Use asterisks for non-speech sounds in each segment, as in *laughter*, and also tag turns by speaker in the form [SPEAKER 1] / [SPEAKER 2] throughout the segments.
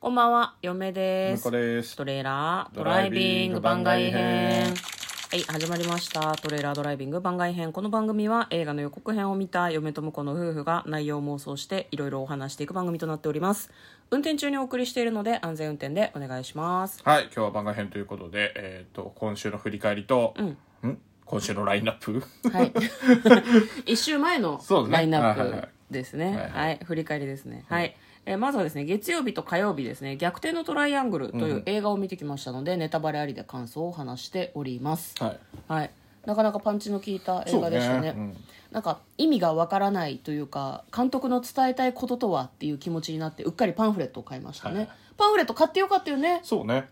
[SPEAKER 1] こんばんは、嫁で
[SPEAKER 2] 向
[SPEAKER 1] す
[SPEAKER 2] こ。です
[SPEAKER 1] トレーラード
[SPEAKER 2] ド
[SPEAKER 1] ラ
[SPEAKER 2] ラ
[SPEAKER 1] イ
[SPEAKER 2] イ
[SPEAKER 1] ビン
[SPEAKER 2] ビン
[SPEAKER 1] グ
[SPEAKER 2] グ
[SPEAKER 1] 番
[SPEAKER 2] 番
[SPEAKER 1] 外
[SPEAKER 2] 外
[SPEAKER 1] 編
[SPEAKER 2] 編。
[SPEAKER 1] はい、始まりました。トレーラードライビング番外編。この番組は映画の予告編を見た嫁と婿の夫婦が内容を妄想していろいろお話していく番組となっております。運転中にお送りしているので安全運転でお願いします。
[SPEAKER 2] はい今日は番外編ということで、えー、と今週の振り返りと、ん今週のラインナップ
[SPEAKER 1] はい。一週前の
[SPEAKER 2] そうですね
[SPEAKER 1] ラインナ
[SPEAKER 2] はいはい
[SPEAKER 1] ッ
[SPEAKER 2] は
[SPEAKER 1] プ
[SPEAKER 2] い
[SPEAKER 1] ですね。
[SPEAKER 2] はいはい
[SPEAKER 1] はい。振り返りですね。はい。えーまずはですね、月曜日と火曜日ですね、逆転のトライアングルという映画を見てきましたので、ネタバレありで感想を話しております。
[SPEAKER 2] *laughs* はい
[SPEAKER 1] はい、なかなかパンチの効いた映画でしたね
[SPEAKER 2] そうねうん
[SPEAKER 1] なんか意味がわからないというか監督の伝えたいこととはっていう気持ちになってうっかりパンフレットを買いましたね、
[SPEAKER 2] はい
[SPEAKER 1] パンフレット買ってよかったよね
[SPEAKER 2] そうね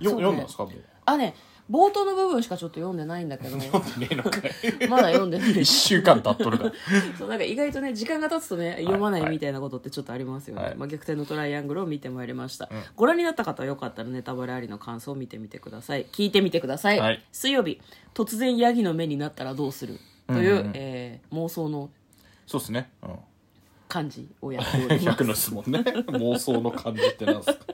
[SPEAKER 2] よ
[SPEAKER 1] そうね
[SPEAKER 2] 読んだんですかもう
[SPEAKER 1] あね冒頭の部分しかちょっと読んでないんだけ
[SPEAKER 2] *laughs*
[SPEAKER 1] ど
[SPEAKER 2] ねえのかい
[SPEAKER 1] まだ読んでない
[SPEAKER 2] *laughs* 一週間経っとるから
[SPEAKER 1] *laughs* そうなんか意外とね時間が経つとね読まないみたいなことってちょっとありますよね、
[SPEAKER 2] はい
[SPEAKER 1] まあ、逆転のトライアングルを見てまいりました、ご覧になった方はよかったらネタバレありの感想を見てみてください聞いてみてください、
[SPEAKER 2] はい
[SPEAKER 1] 水曜日突然ヤギの目になったらどうするという、えー妄想の
[SPEAKER 2] そうですね、うん、
[SPEAKER 1] 感じをやっており
[SPEAKER 2] *laughs*
[SPEAKER 1] ます
[SPEAKER 2] 100の質問ね妄想の感じってなんですか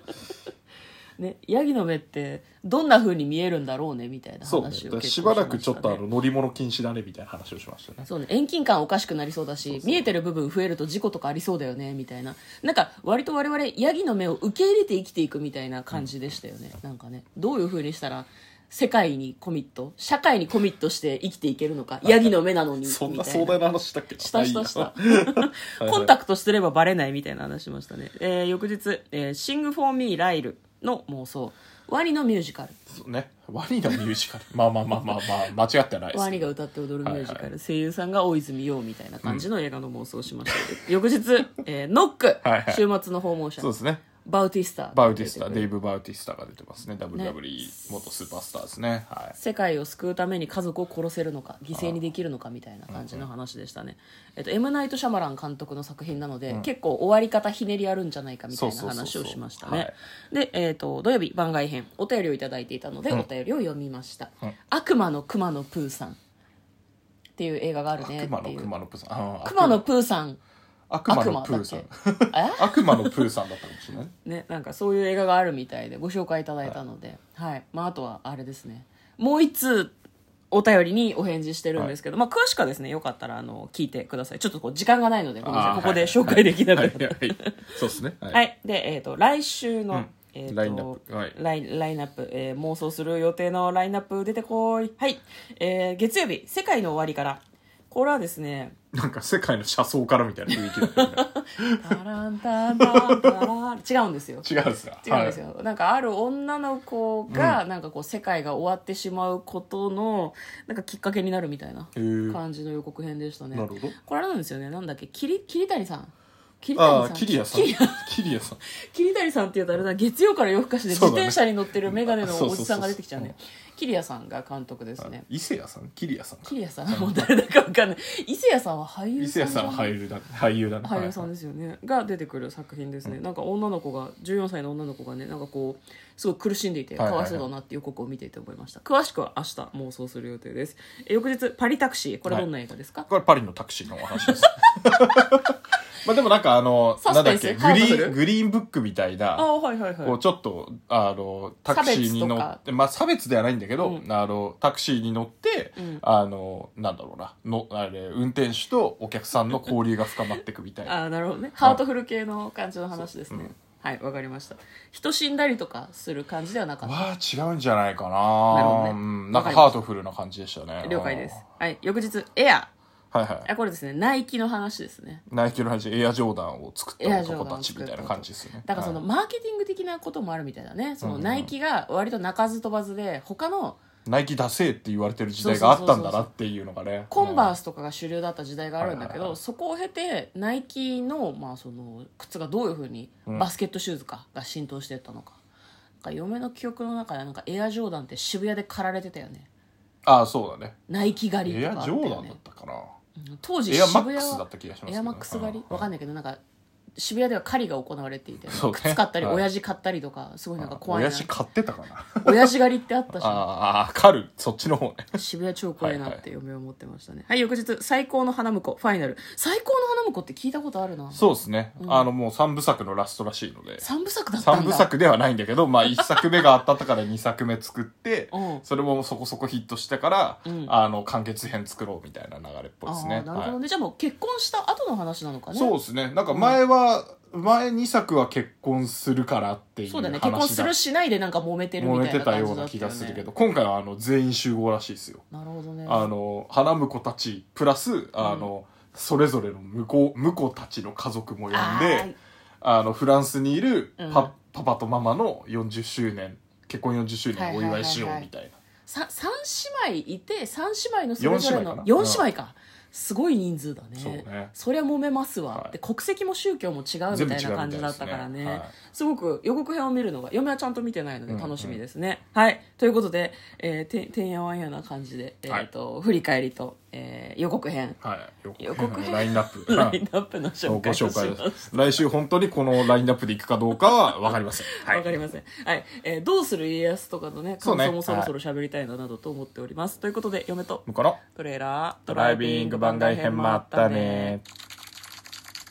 [SPEAKER 1] ねヤギの目ってどんな風に見えるんだろうねみたいな
[SPEAKER 2] そうね
[SPEAKER 1] 話
[SPEAKER 2] だ
[SPEAKER 1] を
[SPEAKER 2] から
[SPEAKER 1] 結構
[SPEAKER 2] しばらく
[SPEAKER 1] し
[SPEAKER 2] ちょ
[SPEAKER 1] ま
[SPEAKER 2] っ
[SPEAKER 1] した
[SPEAKER 2] とあ
[SPEAKER 1] ね
[SPEAKER 2] の乗り物禁止だねみたいな話をしましたね
[SPEAKER 1] そうね、遠近感おかしくなりそうだし見えてる部分増えると事故とかありそうだよねみたいななんか割と我々ヤギの目を受け入れて生きていくみたいな感じでしたよね、なんかねどういうふうにしたら世界にコミット社会にコミットして生きていけるのかヤギの目なのにみた
[SPEAKER 2] *laughs* そ
[SPEAKER 1] い
[SPEAKER 2] ん
[SPEAKER 1] な
[SPEAKER 2] な壮大な話したっけ
[SPEAKER 1] したしたし
[SPEAKER 2] は
[SPEAKER 1] た *laughs*
[SPEAKER 2] いはい
[SPEAKER 1] コンタクトしてればバレないみたいな話しましたね、えー翌日、えー「シング・フォー・ミー・ライル」の妄想ワニのミュージカル
[SPEAKER 2] そうねワニのミュージカルまあまあまあまあまあ間違ってはないです
[SPEAKER 1] ワニが歌って踊るミュージカル、
[SPEAKER 2] はいは
[SPEAKER 1] 声優さんが大泉洋みたいな感じの映画の妄想をしました、翌日、えーノック、
[SPEAKER 2] はいはい
[SPEAKER 1] 週末の訪問者
[SPEAKER 2] そうですね
[SPEAKER 1] バウティスタ
[SPEAKER 2] バウティスタ、
[SPEAKER 1] 出てく
[SPEAKER 2] デ
[SPEAKER 1] る
[SPEAKER 2] イブ・バウティスタが出てますね。WWE 元スーパースターですね。はい。
[SPEAKER 1] 世界を救うために家族を殺せるのか犠牲にできるのかみたいな感じの話でしたね、えっと、M ナイト・シャマラン監督の作品なので、結構終わり方ひねりあるんじゃないかみたいな
[SPEAKER 2] そうそうそう
[SPEAKER 1] 話
[SPEAKER 2] そう
[SPEAKER 1] をしました
[SPEAKER 2] は
[SPEAKER 1] ね
[SPEAKER 2] い
[SPEAKER 1] で、えっと土曜日番外編お便りをいただいていたので、お便りを読みました、
[SPEAKER 2] うん
[SPEAKER 1] 悪魔の熊のプーさんっていう映画があるね
[SPEAKER 2] 悪魔
[SPEAKER 1] って
[SPEAKER 2] の
[SPEAKER 1] いう
[SPEAKER 2] 熊のプーさん。あー
[SPEAKER 1] 熊のプーさん
[SPEAKER 2] 悪魔
[SPEAKER 1] 悪
[SPEAKER 2] の
[SPEAKER 1] 魔
[SPEAKER 2] プ
[SPEAKER 1] だ
[SPEAKER 2] ー
[SPEAKER 1] っ
[SPEAKER 2] さん
[SPEAKER 1] け。 *laughs* え
[SPEAKER 2] 悪魔のプーさんだったかもしれない。
[SPEAKER 1] ねなんかそういう映画があるみたいでご紹介いただいたので、はいまあ、あとはあれですねもう一通お便りにお返事してるんですけど、まあ、詳しくはですねよかったらあの聞いてくださいちょっとこう時間がないのでごめんなさ
[SPEAKER 2] あ
[SPEAKER 1] い
[SPEAKER 2] ー
[SPEAKER 1] ここで紹介できなくな
[SPEAKER 2] は
[SPEAKER 1] っ
[SPEAKER 2] い
[SPEAKER 1] た、
[SPEAKER 2] はいはい。そうですね。は。
[SPEAKER 1] はいい、で、えっと来週の、えーと
[SPEAKER 2] ラインナップはい
[SPEAKER 1] ラインラインナップ、えー妄想する予定のラインナップ出てこい、はいえー月曜日「世界の終わり」からこれはですね
[SPEAKER 2] なんか世界の車窓からみたいな雰囲気だったよね
[SPEAKER 1] タランタンタンタラ *laughs* ン違うんですよ
[SPEAKER 2] 違うんですか
[SPEAKER 1] 違うんですよ、なんかある女の子が、なんかこう世界が終わってしまうことのなんかきっかけになるみたいな
[SPEAKER 2] へー
[SPEAKER 1] 感じの予告編でしたね
[SPEAKER 2] なるほど
[SPEAKER 1] これあれなんですよねなんだっけ桐桐谷さん桐
[SPEAKER 2] あ
[SPEAKER 1] 谷
[SPEAKER 2] あ
[SPEAKER 1] さ
[SPEAKER 2] ー、
[SPEAKER 1] ん
[SPEAKER 2] キリアさん。
[SPEAKER 1] 桐
[SPEAKER 2] キリアさん。
[SPEAKER 1] 桐谷さんって言うとあれだ月曜から夜更かしで自
[SPEAKER 2] そうだね
[SPEAKER 1] 転車に乗ってる眼鏡の
[SPEAKER 2] そ
[SPEAKER 1] お
[SPEAKER 2] うそうそうそう
[SPEAKER 1] じさんが出てきちゃうね桐谷さんが監督ですね
[SPEAKER 2] 伊勢谷さんキリアさんか。
[SPEAKER 1] 桐谷さんもう誰だか分かんない伊勢谷さんは俳優
[SPEAKER 2] 伊
[SPEAKER 1] さ
[SPEAKER 2] 勢
[SPEAKER 1] ん
[SPEAKER 2] 谷さんは俳優だね。俳優だね。
[SPEAKER 1] 俳優さん
[SPEAKER 2] はい
[SPEAKER 1] ですよね、が出てくる作品ですね、なんか女の子が14歳の女の子がねなんかこうすごい苦しんでいてか
[SPEAKER 2] はいはいはい
[SPEAKER 1] わいそうだなっていう予告を見ていて思いました、詳しくは明日妄想する予定ですえ翌日「パリタクシー」これどんな映画ですか、
[SPEAKER 2] これパリのタクシーのお話
[SPEAKER 1] *laughs*
[SPEAKER 2] です。まあでもなんかあの、
[SPEAKER 1] サ
[SPEAKER 2] な
[SPEAKER 1] ス
[SPEAKER 2] ん
[SPEAKER 1] ペ
[SPEAKER 2] だ
[SPEAKER 1] ン
[SPEAKER 2] っ
[SPEAKER 1] ス
[SPEAKER 2] け、グリ
[SPEAKER 1] カードフ
[SPEAKER 2] ー
[SPEAKER 1] ル
[SPEAKER 2] ン、グリーンブックみたいな。
[SPEAKER 1] ああはいはいはい
[SPEAKER 2] こうちょっとあのタクシーに乗
[SPEAKER 1] 差別
[SPEAKER 2] っ
[SPEAKER 1] と
[SPEAKER 2] てまあ差別ではないんだけど、
[SPEAKER 1] う
[SPEAKER 2] あのタクシーに乗って、
[SPEAKER 1] うん
[SPEAKER 2] あのなんだろうなのあれ運転手とお客さんの交流が深まっていくみたいな
[SPEAKER 1] ああなるほどねハートフル系の感じの話ですね、はいわかりました人死んだりとかする感じではな
[SPEAKER 2] *laughs*
[SPEAKER 1] かった
[SPEAKER 2] は違うんじゃないかな
[SPEAKER 1] なるほどね
[SPEAKER 2] うん、なん
[SPEAKER 1] わか
[SPEAKER 2] か
[SPEAKER 1] り
[SPEAKER 2] ハ
[SPEAKER 1] ま
[SPEAKER 2] ートフルな感じでしたね
[SPEAKER 1] 了解ですはい翌日「エア
[SPEAKER 2] うんはいは」い
[SPEAKER 1] あこれですねナイキの話ですね
[SPEAKER 2] ナイキの話エアジョーダンを作っ
[SPEAKER 1] エ
[SPEAKER 2] た
[SPEAKER 1] アジョーダンを
[SPEAKER 2] 男たちみたいな感じですよね
[SPEAKER 1] だからその
[SPEAKER 2] はい
[SPEAKER 1] マーケティング的なこともあるみたいだねその
[SPEAKER 2] うんうん
[SPEAKER 1] ナイキが割と鳴かず飛ばずで他の
[SPEAKER 2] ナイキ出せって言われてる時代があったんだなっていうのがね
[SPEAKER 1] コンバー
[SPEAKER 2] ス
[SPEAKER 1] スとかが主流だった時代があるんだけ
[SPEAKER 2] はいはい
[SPEAKER 1] ど、
[SPEAKER 2] はい
[SPEAKER 1] そこを経てナイキの,、まあその靴がどういうふうに
[SPEAKER 2] うん
[SPEAKER 1] バスケットシューズかが浸透していったのかなんか嫁の記憶の中でなんかエアジョーダンって渋谷で狩られてたよね
[SPEAKER 2] ああそうだね
[SPEAKER 1] ナイキ狩り
[SPEAKER 2] エ
[SPEAKER 1] と
[SPEAKER 2] ア
[SPEAKER 1] かあっ
[SPEAKER 2] ジ
[SPEAKER 1] たよ
[SPEAKER 2] ョーダンだ
[SPEAKER 1] ね
[SPEAKER 2] ったかな
[SPEAKER 1] うん当時
[SPEAKER 2] エア
[SPEAKER 1] 渋
[SPEAKER 2] マ
[SPEAKER 1] 谷
[SPEAKER 2] ックスだ
[SPEAKER 1] は
[SPEAKER 2] った気がしますけどね
[SPEAKER 1] エアマックス狩り
[SPEAKER 2] うん
[SPEAKER 1] わかんないけどなんか渋谷では狩りが行われていて、
[SPEAKER 2] そうね
[SPEAKER 1] 靴買ったり、
[SPEAKER 2] はい
[SPEAKER 1] 親父買ったりとかすごいなんか怖いな
[SPEAKER 2] 親父買ってたかな
[SPEAKER 1] 親父狩りってあったし
[SPEAKER 2] ああ狩るそっちの方ね
[SPEAKER 1] 渋谷超怖いなって嫁は思ってましたねはい、翌日最高の花婿ファイナル最高の花婿って聞いたことあるな
[SPEAKER 2] そうですね、あのもう3部作のラストらしいので
[SPEAKER 1] 三部作だったんだ
[SPEAKER 2] 3部作ではないんだけど、まあ、1作目があったから2作目作って、
[SPEAKER 1] うん
[SPEAKER 2] それもそこそこヒットしたから、
[SPEAKER 1] うん
[SPEAKER 2] あの完結編作ろうみたいな流れっぽいです
[SPEAKER 1] あ
[SPEAKER 2] ね
[SPEAKER 1] あなるほどね、
[SPEAKER 2] はい
[SPEAKER 1] じゃあもう結婚した後の話なのかね
[SPEAKER 2] そうですねなんか前は、前2作は結婚するからっていう
[SPEAKER 1] そう
[SPEAKER 2] 話
[SPEAKER 1] だね
[SPEAKER 2] が
[SPEAKER 1] 結婚するしないでなんか揉めてるみ
[SPEAKER 2] 揉め
[SPEAKER 1] たい
[SPEAKER 2] て
[SPEAKER 1] な
[SPEAKER 2] た
[SPEAKER 1] 感
[SPEAKER 2] よ
[SPEAKER 1] じ
[SPEAKER 2] う
[SPEAKER 1] だ
[SPEAKER 2] な
[SPEAKER 1] った
[SPEAKER 2] 気
[SPEAKER 1] よ、ね、
[SPEAKER 2] がするけど今回はあの全員集合らしいですよ
[SPEAKER 1] なるほどね
[SPEAKER 2] あの花婿たちプラスあの、それぞれの婿婿たちの家族も呼んであのフランスにいるパ,、
[SPEAKER 1] うん
[SPEAKER 2] パパとママの40周年結婚40周年をお祝いしよ
[SPEAKER 1] は
[SPEAKER 2] う
[SPEAKER 1] いはいはいはい
[SPEAKER 2] みたいな、
[SPEAKER 1] さ三姉妹いて三姉妹のそれぞれの
[SPEAKER 2] 四
[SPEAKER 1] 四
[SPEAKER 2] 姉妹かな
[SPEAKER 1] 姉妹かすごい人数だね
[SPEAKER 2] そうね
[SPEAKER 1] そりゃ揉めますわ、
[SPEAKER 2] はい
[SPEAKER 1] で国籍も宗教も違うみたいな感じだったからね
[SPEAKER 2] 全部違うみたいですねはい
[SPEAKER 1] すごく予告編を見るのが嫁はちゃんと見てないので
[SPEAKER 2] うんうん
[SPEAKER 1] 楽しみですね、はいということで、えー、ててんやわんやな感じで、えーと振り返りと、えー予告編
[SPEAKER 2] はい
[SPEAKER 1] 予告編
[SPEAKER 2] ラインナップ
[SPEAKER 1] ラ
[SPEAKER 2] は
[SPEAKER 1] イ *laughs*
[SPEAKER 2] い
[SPEAKER 1] ンナップの
[SPEAKER 2] ご
[SPEAKER 1] 紹介をします
[SPEAKER 2] 紹
[SPEAKER 1] *laughs*
[SPEAKER 2] 介です来週本当にこのラインナップでいくかどうかは分かりません、は
[SPEAKER 1] わかりません。はい。えーどうする家康とかのね、
[SPEAKER 2] そ
[SPEAKER 1] 感
[SPEAKER 2] うね
[SPEAKER 1] 想もそろそろ喋りたいな、などと思っております。ということで、嫁と
[SPEAKER 2] 向こうの
[SPEAKER 1] トレーラー、ド
[SPEAKER 2] ドライビング番外編もあったね